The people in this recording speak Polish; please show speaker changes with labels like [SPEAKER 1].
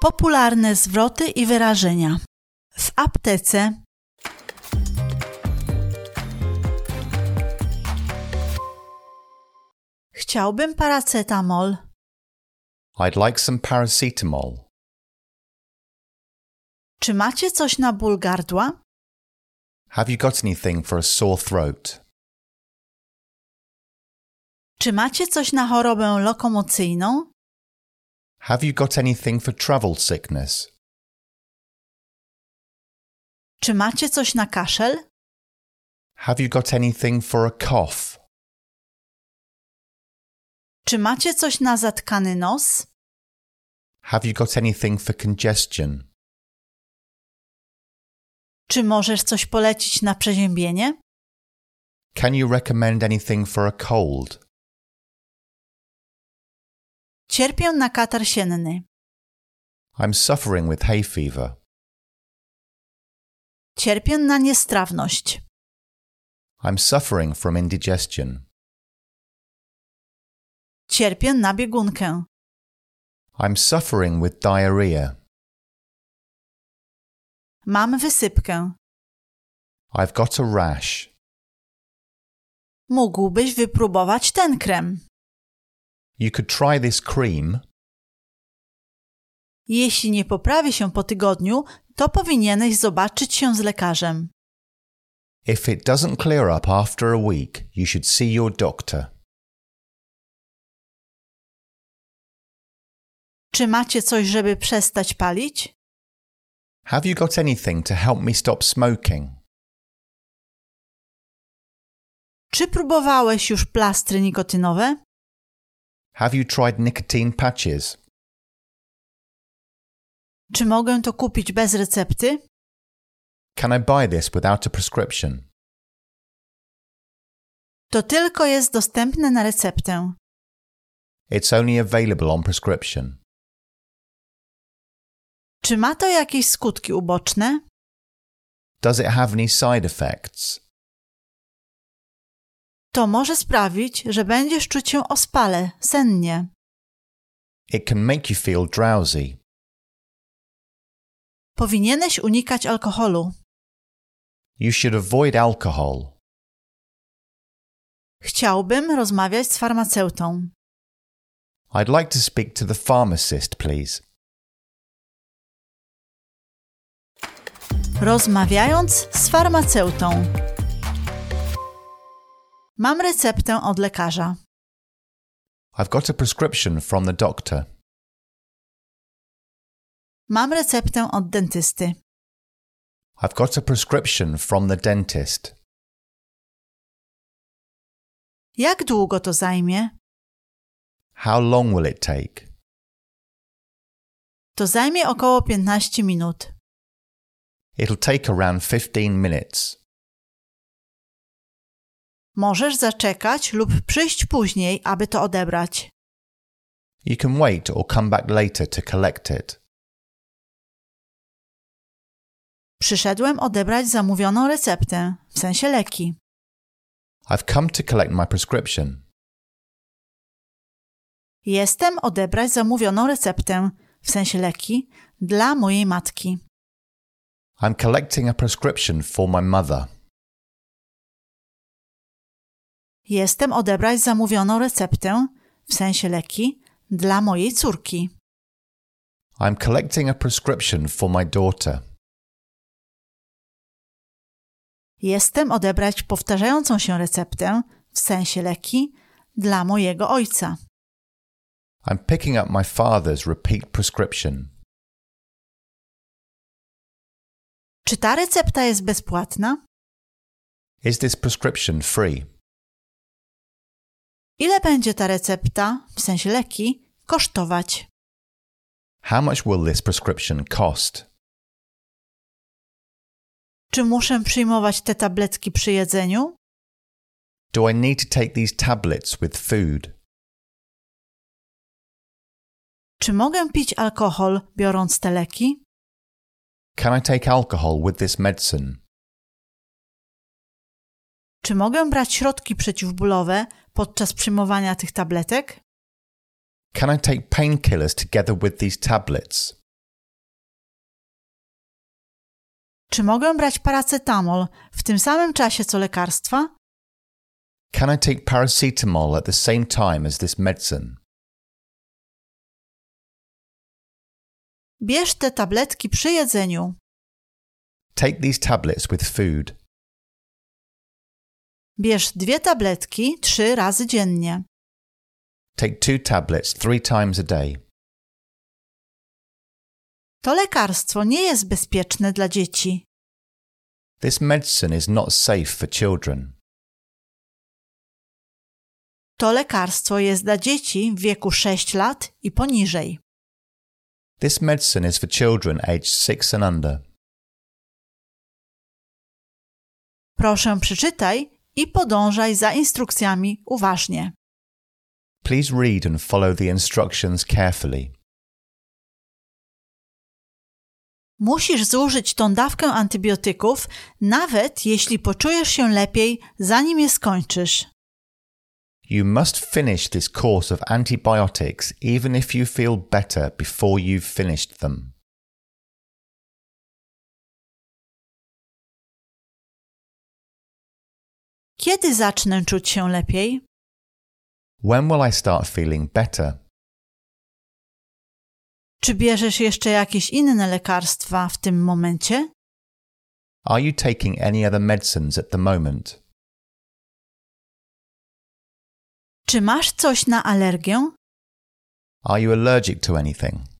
[SPEAKER 1] Popularne zwroty i wyrażenia. W aptece, chciałbym paracetamol.
[SPEAKER 2] I'd like some paracetamol.
[SPEAKER 1] Czy macie coś na ból gardła?
[SPEAKER 2] Have you got anything for a sore throat?
[SPEAKER 1] Czy macie coś na chorobę lokomocyjną?
[SPEAKER 2] Have you got anything for travel sickness?
[SPEAKER 1] Czy macie coś na kaszel?
[SPEAKER 2] Have you got anything for a cough?
[SPEAKER 1] Czy macie coś na zatkany nos?
[SPEAKER 2] Have you got anything for congestion?
[SPEAKER 1] Czy możesz coś polecić na przeziębienie?
[SPEAKER 2] Can you recommend anything for a cold?
[SPEAKER 1] Cierpię na katar sienny.
[SPEAKER 2] I'm suffering with hay fever.
[SPEAKER 1] Cierpię na niestrawność.
[SPEAKER 2] I'm suffering from indigestion.
[SPEAKER 1] Cierpię na biegunkę.
[SPEAKER 2] I'm suffering with diarrhea.
[SPEAKER 1] Mam wysypkę.
[SPEAKER 2] I've got a rash.
[SPEAKER 1] Mógłbyś wypróbować ten krem.
[SPEAKER 2] You could try this cream.
[SPEAKER 1] Jeśli nie poprawi się po tygodniu, to powinieneś zobaczyć się z lekarzem.
[SPEAKER 2] If it doesn't clear up after a week, you should see your doctor.
[SPEAKER 1] Czy macie coś, żeby przestać palić?
[SPEAKER 2] Have you got anything to help me stop smoking?
[SPEAKER 1] Czy próbowałeś już plastry nikotynowe?
[SPEAKER 2] Have you tried nicotine patches?
[SPEAKER 1] Czy mogę to kupić bez recepty?
[SPEAKER 2] Can I buy this without a prescription?
[SPEAKER 1] To tylko jest dostępne na receptę.
[SPEAKER 2] It's only available on prescription.
[SPEAKER 1] Czy ma to jakieś skutki uboczne?
[SPEAKER 2] Does it have any side effects?
[SPEAKER 1] To może sprawić, że będziesz czuć się ospale, sennie.
[SPEAKER 2] It can make you feel drowsy.
[SPEAKER 1] Powinieneś unikać alkoholu.
[SPEAKER 2] You should avoid alcohol.
[SPEAKER 1] Chciałbym rozmawiać z farmaceutą.
[SPEAKER 2] I'd like to speak to the pharmacist, please.
[SPEAKER 1] Rozmawiając z farmaceutą. Mam receptę od lekarza.
[SPEAKER 2] I've got a prescription from the doctor.
[SPEAKER 1] Mam receptę od dentysty.
[SPEAKER 2] I've got a prescription from the dentist.
[SPEAKER 1] Jak długo to zajmie?
[SPEAKER 2] How long will it take?
[SPEAKER 1] To zajmie około 15 minut.
[SPEAKER 2] It'll take around 15 minutes.
[SPEAKER 1] Możesz zaczekać lub przyjść później, aby to odebrać.
[SPEAKER 2] You can wait or come back later to collect it.
[SPEAKER 1] Przyszedłem odebrać zamówioną receptę, w sensie leki.
[SPEAKER 2] I've come to collect my prescription.
[SPEAKER 1] Jestem odebrać zamówioną receptę, w sensie leki, dla mojej matki.
[SPEAKER 2] I'm collecting a prescription for my mother.
[SPEAKER 1] Jestem odebrać zamówioną receptę, w sensie leki, dla mojej córki.
[SPEAKER 2] I'm collecting a prescription for my daughter.
[SPEAKER 1] Jestem odebrać powtarzającą się receptę, w sensie leki, dla mojego ojca.
[SPEAKER 2] I'm picking up my father's repeat prescription.
[SPEAKER 1] Czy ta recepta jest bezpłatna?
[SPEAKER 2] Is this prescription free?
[SPEAKER 1] Ile będzie ta recepta, w sensie leki, kosztować?
[SPEAKER 2] How much will this prescription cost?
[SPEAKER 1] Czy muszę przyjmować te tabletki przy jedzeniu?
[SPEAKER 2] Do I need to take these tablets with food?
[SPEAKER 1] Czy mogę pić alkohol, biorąc te leki?
[SPEAKER 2] Can I take alcohol with this medicine?
[SPEAKER 1] Czy mogę brać środki przeciwbólowe podczas przyjmowania tych tabletek?
[SPEAKER 2] Can I take painkillers together with these tablets?
[SPEAKER 1] Czy mogę brać paracetamol w tym samym czasie co lekarstwa?
[SPEAKER 2] Can I take paracetamol at the same time as this medicine?
[SPEAKER 1] Bierz te tabletki przy jedzeniu.
[SPEAKER 2] Take these tablets with food.
[SPEAKER 1] Bierz dwie tabletki trzy razy dziennie.
[SPEAKER 2] Take two tablets three times a day.
[SPEAKER 1] To lekarstwo nie jest bezpieczne dla dzieci.
[SPEAKER 2] This medicine is not safe for children.
[SPEAKER 1] To lekarstwo jest dla dzieci w wieku 6 lat i poniżej.
[SPEAKER 2] This medicine is for children aged 6 and under.
[SPEAKER 1] Proszę przeczytaj i podążaj za instrukcjami uważnie.
[SPEAKER 2] Please read and follow the instructions carefully.
[SPEAKER 1] Musisz zużyć tą dawkę antybiotyków, nawet jeśli poczujesz się lepiej, zanim je skończysz.
[SPEAKER 2] You must finish this course of antibiotics even if you feel better before you've finished them.
[SPEAKER 1] Kiedy zacznę czuć się lepiej?
[SPEAKER 2] When will I start feeling better?
[SPEAKER 1] Czy bierzesz jeszcze jakieś inne lekarstwa w tym momencie?
[SPEAKER 2] Are you taking any other medicines at the moment?
[SPEAKER 1] Czy masz coś na alergię?
[SPEAKER 2] Are you allergic to anything?